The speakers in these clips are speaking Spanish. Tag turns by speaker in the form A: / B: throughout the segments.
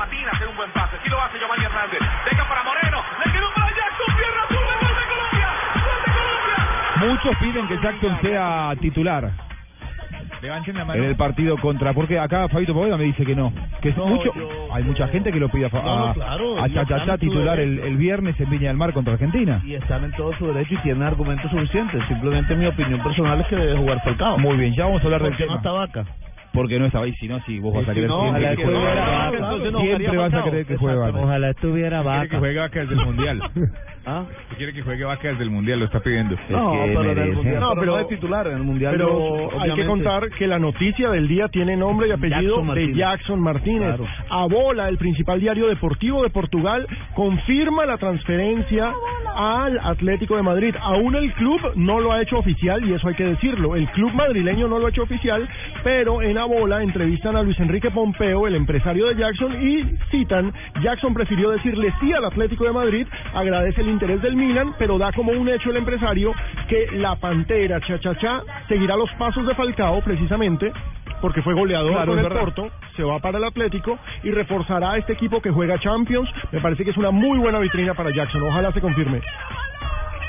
A: atina a hacer un buen pase. Aquí lo hace Giovanni Hernández. Deja para Moreno. Le quedó para Jackson. Pierna zurda. Gol de Colombia. Gol de Colombia.
B: Muchos piden que Jackson sea titular
C: Levanten la
B: en
C: mano.
B: el partido contra, porque acá Fabito Poveda me dice que no, que es
D: No,
B: mucho,
D: yo-
B: hay mucha gente que lo pide a, Fa-
D: No, no,
B: a-
D: claro,
B: a
D: y
B: Cha Cha
D: están
B: Cha
D: en su
B: titular el,
D: derecho.
B: el viernes en Viña del Mar contra Argentina.
D: Y están en todo su derecho y tienen argumentos suficientes. Simplemente mi opinión personal es que debe jugar Falcao.
B: Muy bien, ya vamos a hablar del
D: Porque
B: tema.
D: no está vaca.
B: Porque no estaba ahí, si no, si vos vas a
D: Si
B: querer
D: no,
B: siempre
D: ojalá
B: que
D: que
B: juegue
D: no,
B: Vaca.
D: claro, entonces no
B: Siempre
D: jugaría
B: vas a
D: Falcao.
B: querer que juegue Vaca.
D: Exactamente.
E: Ojalá estuviera
C: Quiere que
E: vaca.
C: juegue Vaca desde el Mundial.
D: ¿Ah?
C: Quiere que juegue Vaca desde el Mundial, lo está pidiendo.
D: No,
B: que
D: pero en el
B: merecen.
D: mundial.
F: No, pero-
D: es titular. En el mundial. no,
F: Pero hay que
D: obviamente.
F: contar que la noticia del día tiene nombre y apellido
D: Jackson
F: de
D: Martínez.
F: Jackson Martínez.
D: Claro.
F: A bola, el principal diario deportivo de Portugal, confirma la transferencia al Atlético de Madrid. Aún el club no lo ha hecho oficial y eso hay que decirlo. El club madrileño no lo ha hecho oficial, pero en A bola entrevistan a Luis Enrique Pompeo, el empresario de Jackson, y citan, Jackson prefirió decirle sí al Atlético de Madrid, agradece el interés del Milan, pero da como un hecho el empresario que la Pantera Cha Cha Cha seguirá los pasos de Falcao precisamente porque fue goleador
B: Claro,
F: con
B: es
F: el
B: verdad.
F: Porto, se va para el Atlético y reforzará a este equipo que juega Champions. Me parece que es una muy buena vitrina para Jackson, ojalá se confirme.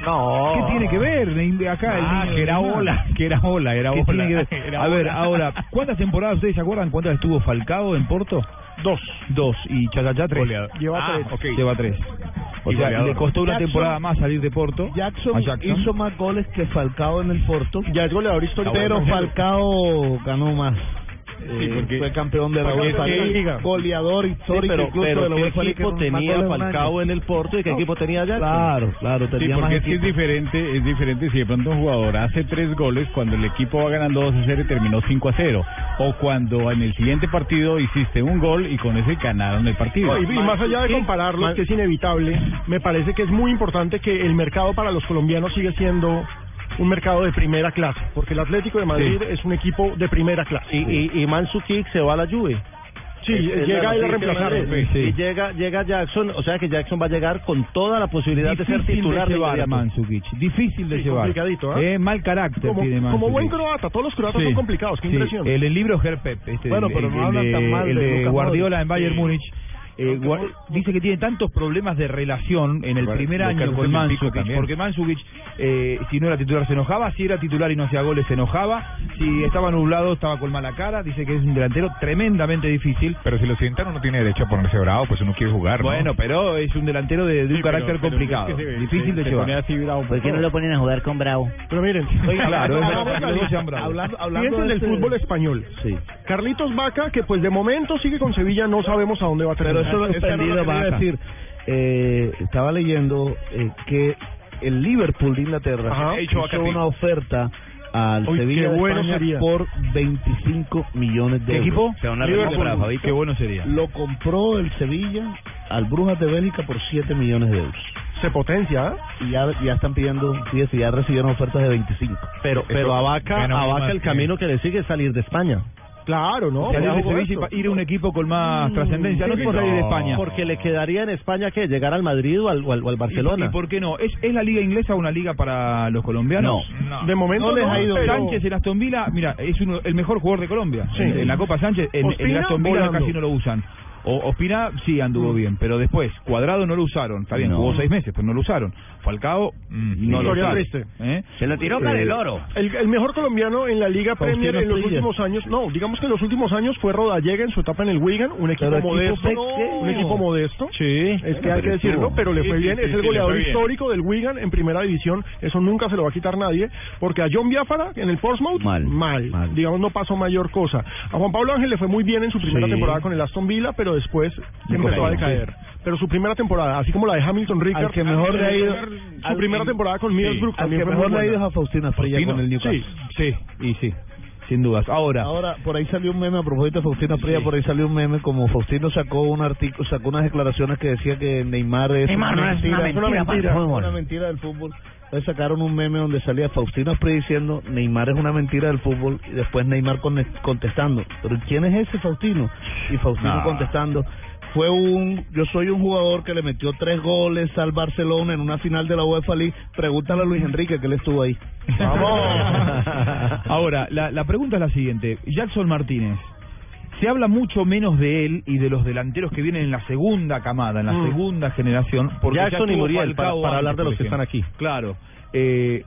D: No.
B: ¿Qué tiene que ver Neymbe, acá el
C: Ah,
B: niño
C: que
B: de
C: era
B: Neymar?
C: ola, que era ola, era
B: ¿Qué tiene
C: ola.
B: que ver?
C: Era
B: A ver,
C: ola.
B: ahora, ¿cuántas temporadas ustedes se acuerdan cuántas estuvo Falcao en Porto?
F: Dos.
B: Dos. Y Chachachá tres.
C: Goleador.
F: Lleva
C: Ah,
F: tres.
C: ok.
B: Lleva tres. O
C: Y
B: sea,
C: goleador.
B: le costó una
F: Jackson-
B: temporada más salir de Porto. a
D: Jackson,
B: Jackson.
D: hizo más goles que Falcao en el Porto.
F: Ya es goleador histórico.
D: pero
F: Pero Falcao.
D: Falcao ganó más.
C: Sí,
D: Eh,
C: porque-
D: fue campeón de la
C: porque
D: UEFA
C: es que-
D: Liga, goleador histórico
G: pero,
D: incluso de la
G: ¿qué
D: UEFA Liga,
G: equipo
D: con más
G: tenía
D: goles en un año.
G: Falcao en el Porto y qué equipo tenía Jackson?
D: Claro, claro,
C: Sí,
D: tenía más
C: porque es que es
D: equipo.
C: diferente, es diferente si de pronto un jugador hace tres goles cuando el equipo va ganando 2 a 0 y terminó 5 a 0. O cuando en el siguiente partido hiciste un gol y con ese ganaron el partido.
F: No, y, y más allá de compararlos, que es inevitable, me parece que es muy importante que el mercado para los colombianos sigue siendo un mercado de primera clase, porque el Atlético de Madrid es un equipo de primera clase.
G: Y, y, y Mansu Kick se va a la Juve.
F: Sí,
G: Es- es
F: llega
G: la
F: él
G: noticia,
F: a reemplazarlo.
G: Madrid.
B: Sí.
G: Y llega, llega Jackson, o sea que Jackson va a llegar con toda la posibilidad de ser
B: Difícil de
G: titular. de
B: llevar a
G: inmediato.
B: Mandzukic, Difícil de
F: Sí,
B: llevar.
F: complicadito, ¿eh?
B: Eh, mal carácter
F: Como,
B: tiene
F: como buen
B: Mandzukic.
F: croata, todos los croatas
B: Sí,
F: son complicados, qué
B: sí.
F: impresión.
B: El, el libro Herpep, este,
D: Bueno,
B: el,
D: pero
B: el-
D: no
B: el
D: hablan
B: de,
D: tan mal
B: el
D: de
B: de
D: Luka
B: Guardiola
D: Modric.
B: en Bayern
C: Sí.
B: Múnich. eh, Guar- dice que tiene tantos problemas de relación en el
C: Bueno,
B: primer
C: Luka
B: año
C: no
B: con
C: se me pico
B: Mandzukic,
C: también.
B: porque Mandzukic, eh, si no era titular se enojaba, si era titular y no hacía goles se enojaba, si estaba nublado estaba con mala cara, dice que es un delantero tremendamente difícil.
C: Pero si lo sientan uno tiene derecho a ponerse bravo, pues uno quiere jugar, ¿no?
B: Bueno, pero es un delantero de, de un
C: Sí, pero-
B: carácter
C: pero
B: complicado,
C: es que se-
B: difícil
C: se-
B: de
C: se
B: llevar.
C: pone así bravo por
E: ¿Por qué no
C: todo.
E: lo ponen a jugar con Bravo?
F: Pero miren,
B: claro, es
F: hagamos
B: verdad,
F: la
B: que luego
F: lista.
B: sean bravos.
D: Hablando, hablando
F: piensen
D: de
F: del
D: este-
F: fútbol español.
D: Sí.
F: Carlitos Vaca, que pues de momento sigue con Sevilla, no sabemos a dónde va a
D: Pero
F: terminar.
D: eso lo he
F: Esa era la
D: entendido,
F: que
D: va
F: quería
D: a
F: decir.
D: decir. Eh, estaba leyendo eh, que el Liverpool de Inglaterra
F: Ajá.
D: hizo una oferta al
F: Uy,
D: Sevilla
F: qué
D: de
F: bueno
D: España
F: sería.
D: por 25 millones de
B: ¿Qué
D: euros.
B: equipo?
E: Se van a
F: Liverpool.
E: para Fabito.
B: Qué bueno sería.
D: Lo compró el Sevilla al Brujas de Bélgica por 7 millones de euros.
F: Se potencia, ¿eh?
D: Y ya, ya están pidiendo, fíjese, ya recibieron ofertas de 25.
G: Pero, pero a Vaca,
C: menos
G: a
C: mal
G: Vaca el
C: que-
G: camino que le sigue es salir de España.
F: Claro, ¿no? pues,
B: Salir
F: Por
B: de
F: algo
B: Sevilla y
F: esto.
B: pa- ir a un equipo con más Ah,
D: Mm.
B: trascendencia, no
G: Sí,
B: por salir de
G: no,
B: España.
G: Porque le quedaría en España que llegar al Madrid o al, o al, o al
B: ¿Y
G: Barcelona.
B: por qué no? ¿Es, ¿Es la liga inglesa una liga para los colombianos?
C: No.
F: De momento
B: No les
F: no,
B: ha ido.
F: pero-
B: Sánchez en Aston Villa, mira, es uno, el mejor jugador de Colombia.
F: Sí.
B: En, en la Copa Sánchez, en, en el
F: Ospina,
B: Aston Villa
F: volando.
B: casi no lo usan. O, Ospina sí anduvo bien, pero después, Cuadrado no lo usaron. Está bien, jugó seis meses, pero no lo usaron. Falcao mm, no lo
F: Historia
B: usaron.
F: triste.
B: ¿Eh?
E: Se lo tiró para el oro.
F: El, el mejor colombiano en la Liga
D: Faustino
F: Premier en los
D: Asprilla.
F: últimos años, no, digamos que en los últimos años fue Rodallega en su etapa en el Wigan, un equipo
D: Pero equipo
F: modesto,
D: pequeño.
F: un equipo modesto.
D: Sí.
F: Es que hay que decirlo, pero le
C: Sí,
F: fue
C: sí,
F: bien,
C: sí,
F: es
C: sí,
F: el
C: le
F: goleador
C: fue bien.
F: histórico del Wigan en primera división, eso nunca se lo va a quitar nadie, porque a John Biafara en el Portsmouth,
E: Mal,
F: mal. digamos no pasó mayor cosa. A Juan Pablo Ángel le fue muy bien en su primera temporada con el Aston Villa, pero después empezó a decaer. Pero su primera temporada, así como la de Hamilton Rickard,
D: Al que mejor le ha ido-
F: su primera temporada con Middlesbrough
D: Al
F: también
D: que
F: fue
D: mejor
F: muy
D: le ha
F: buena.
D: ido es a Faustino Asprilla
B: Faustino,
D: con el Newcastle.
B: Sí, sí, y sí, sin dudas. Ahora,
D: Ahora, por ahí salió un meme a propósito de Faustino Asprilla, por ahí salió un meme como Faustino sacó un artículo, sacó unas declaraciones que decía que Neymar es
E: Neymar no es una mentira para el fútbol.
D: una mentira del fútbol. Entonces sacaron un meme donde salía Faustino Asprilla diciendo Neymar es una mentira del fútbol y después Neymar con- contestando, pero ¿quién es ese Faustino? Y Faustino
C: Nah.
D: contestando fue un yo soy un jugador que le metió tres goles al Barcelona en una final de la UEFA League pregúntale a Luis Enrique que él estuvo ahí
B: Ahora, la, la pregunta es la siguiente. Jackson Martínez, se habla mucho menos de él y de los delanteros que vienen en la segunda camada, en la
F: Mm.
B: segunda generación. Porque ya
G: Jackson y
B: estuvo
G: Muriel, para-
B: Falcao
G: para hablar de
B: por
G: los que están
B: ejemplo. Claro. Eh,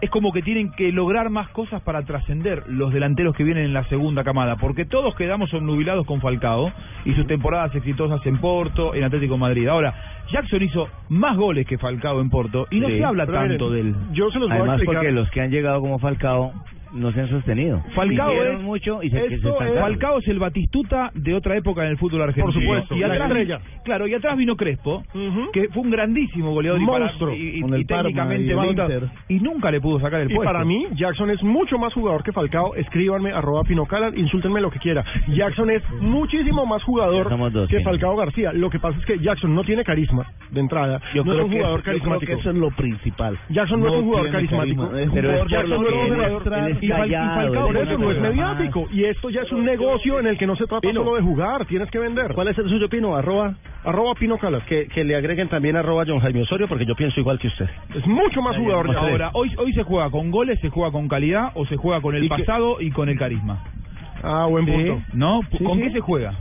B: es como que tienen que lograr más cosas para trascender los delanteros que vienen en la segunda camada, porque todos quedamos obnubilados con Falcao y sus temporadas exitosas en Porto, en Atlético de Madrid. Ahora, Jackson hizo más goles que Falcao en Porto y no
E: Sí.
B: se habla
F: Pero
B: tanto de
F: miren,
B: él.
F: Yo se los voy a
E: Además,
F: explicar.
E: porque los que han llegado como Falcao no se han sostenido.
B: Falcao
E: Hicieron
B: es- eh,
E: mucho y se, que se
F: esto
E: estancaron.
F: es-
B: Falcao es el Batistuta de otra época en el fútbol argentino.
F: supuesto,
B: y
F: la
B: atrás,
F: estrella.
B: Claro, y atrás vino Crespo,
F: Ujú.
B: que fue un grandísimo goleador y para-
F: Monstruo,
B: y, y-
D: con el
B: y
D: Parma
B: técnicamente
D: y el
B: bárbaro.
D: Inter.
B: y nunca le pudo sacar el
F: Y
B: puesto.
F: para mí, Jackson es mucho más jugador que Falcao. Escríbanme, arroba Pinocalan, insúltenme lo que quiera. Jackson es muchísimo más jugador
E: Ya somos dos,
F: que
E: sí.
F: Falcao García. Lo que pasa es que Jackson no tiene carisma de entrada.
D: Yo
F: no es
D: creo
F: un
D: que-
F: jugador
D: yo creo que
F: carismático.
D: eso es lo principal.
F: Jackson no, es un jugador
D: tiene
F: carismático.
D: carisma, es un
E: Pero es
D: jugador
E: por
F: Jackson
E: lo
F: no es
E: que él
F: un
E: es-
F: jugador.
E: él es
F: Y Fal- y
E: callado,
F: Falcao,
E: él
F: por
E: es
F: eso
E: una
F: no es
E: persona
F: mediático. Y esto ya es un negocio en el que no se trata solo de jugar, tienes que vender.
G: ¿Cuál es el suyo, Pino? Arroba.
F: Arroba Pinocalan.
G: Que, que le agreguen también arroba John Jaime Osorio, porque yo pienso igual que usted.
F: Es mucho más jugador que
B: Ahora, hoy, hoy se juega con goles, se juega con calidad o se juega con el
F: Y que-
B: pasado y con el carisma.
F: Ah, buen punto.
B: ¿No?
F: Sí,
B: ¿Con
F: sí.
B: qué se juega?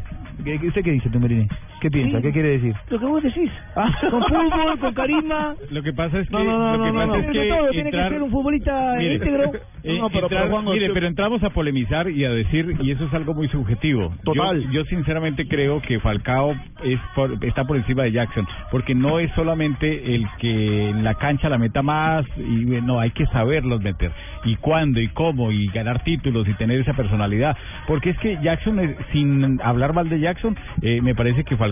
B: ¿Qué, qué- usted qué dice, Tumberini? ¿Qué piensa? ¿Qué quiere decir?
E: Lo que vos decís.
B: Ah.
E: Con fútbol, con carisma.
C: Lo que pasa es que.
E: No, no, no,
C: lo que
E: no, no,
C: pasa
E: no.
C: es
E: Tiene
C: que
E: todo, tiene que
C: entrar-
E: ser un
G: Ah,
E: futbolista
C: Mire,
G: este
E: íntegro.
C: eh,
F: No, pero-
C: entrar-
F: pero, Juan,
C: mire,
F: usted-
C: pero entramos a polemizar y a decir, y eso es algo muy subjetivo.
F: Total.
C: Yo, yo sinceramente creo que Falcao es por- está por encima de Jackson, porque no es solamente el que en la cancha la meta más, y eh, no, hay que saberlos meter, y cuándo, y cómo, y ganar títulos, y tener esa personalidad. Porque es que Jackson, es- sin hablar mal de Jackson, eh, me parece que Falcao,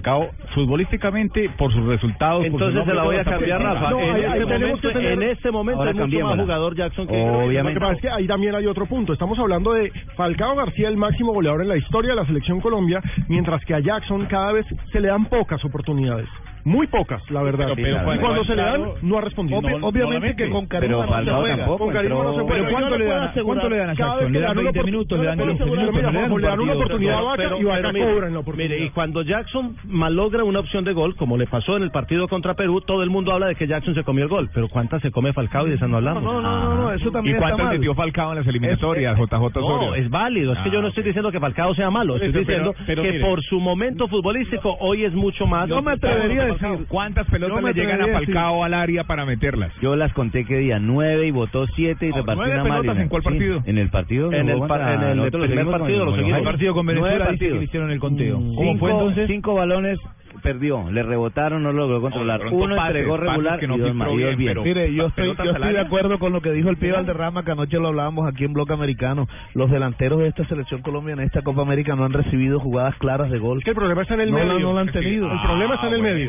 C: futbolísticamente, por sus resultados... por su
G: Entonces
C: nombre,
G: se la voy
C: todo
G: a
C: está por
G: cambiar,
C: encima.
G: Rafa.
F: No,
G: en,
F: ahí- ahí
G: este
F: tenemos
G: momento,
F: que tener-
G: en este momento
E: Ahora
G: es mucho más
E: cambiémosla.
G: jugador Jackson que...
F: Lo que
E: Obviamente.
F: pasa es que ahí también hay otro punto. Estamos hablando de Falcao García, el máximo goleador en la historia de la selección Colombia, mientras que a Jackson cada vez se le dan pocas oportunidades. Muy pocas, la verdad.
C: Pero- pero
F: y
C: Juan-
F: cuando
C: Juan-
F: se le dan,
C: claro,
F: no ha respondido.
C: obvi- obviamente que con
F: carisma
E: Pero no se Falcao juega. tampoco
F: Con carisma no
E: entró.
F: se juega.
B: Pero ¿cuánto
F: Yo
B: le
F: puedo
B: dan a-
F: asegurar,
B: cuánto le dan a
F: cada vez
B: Jackson?
F: que
B: Le dan
F: una
B: 20 minutos,
F: oportun-
B: le dan
F: yo puedo
B: 15
F: asegurar,
B: minutos,
F: mira,
B: le dan
F: Juanjo,
B: un
F: le dan una
B: partido.
F: oportunidad a Vaca y Vaca
G: mire,
F: cobra en la oportunidad.
G: mire, y cuando Jackson malogra una opción de gol, como le pasó en el partido contra Perú, todo el mundo habla de que Jackson se comió el gol. Pero ¿cuántas se come Falcao y de esa no hablamos?
D: No, no, no, no, eso también
C: ¿Y cuánto
D: está mal.
C: metió Falcao en las eliminatorias, JJ Osorio?
G: No, es válido. Es que
C: Ah,
G: yo no estoy diciendo que Falcao sea malo. Estoy
C: Listo, pero-
G: diciendo
C: pero
G: que
C: mire.
G: por su momento futbolístico hoy es mucho más.
D: Yo me atrevería a decir-
C: ¿Cuántas
D: Yo
C: pelotas
D: me
C: le llegan a
D: atrevería a decir-
C: Falcao al área para meterlas?
E: Yo las conté que día nueve y votó siete y
C: No,
E: repartió
C: nueve
E: una
C: pelotas,
E: Marina.
C: ¿en cuál
E: Sí,
C: partido?
E: en el partido.
G: En
E: que
G: el
E: jugó
G: par-
E: contra-
G: en el
E: nosotros
G: primer
E: seguimos
G: partido lo
E: con-
G: seguimos.
B: El partido con
G: Nueve
B: Venezuela dice que
G: partidos.
B: le hicieron el conteo.
E: Mm,
B: ¿Cómo
E: cinco-
B: fue entonces?
E: Cinco balones perdió, le rebotaron, no logró controlar.
C: No, de pronto
E: Uno
C: pases,
E: entregó
C: pases
E: regular
C: que no
E: y dos
C: filtró
E: más, y dos
C: bien,
E: bien.
C: pero-
D: Mire, yo
C: Las
D: estoy,
C: pelotas
D: yo
C: al
D: estoy de
C: área.
D: acuerdo con lo que dijo el pibe Valderrama, que anoche lo hablábamos aquí en Bloque Americano. Los delanteros de esta selección Colombia en esta Copa América no han recibido jugadas claras de gol.
F: Es que el problema está en el
D: No,
F: medio.
D: no, no lo han tenido. Ah,
F: El problema está en el medio.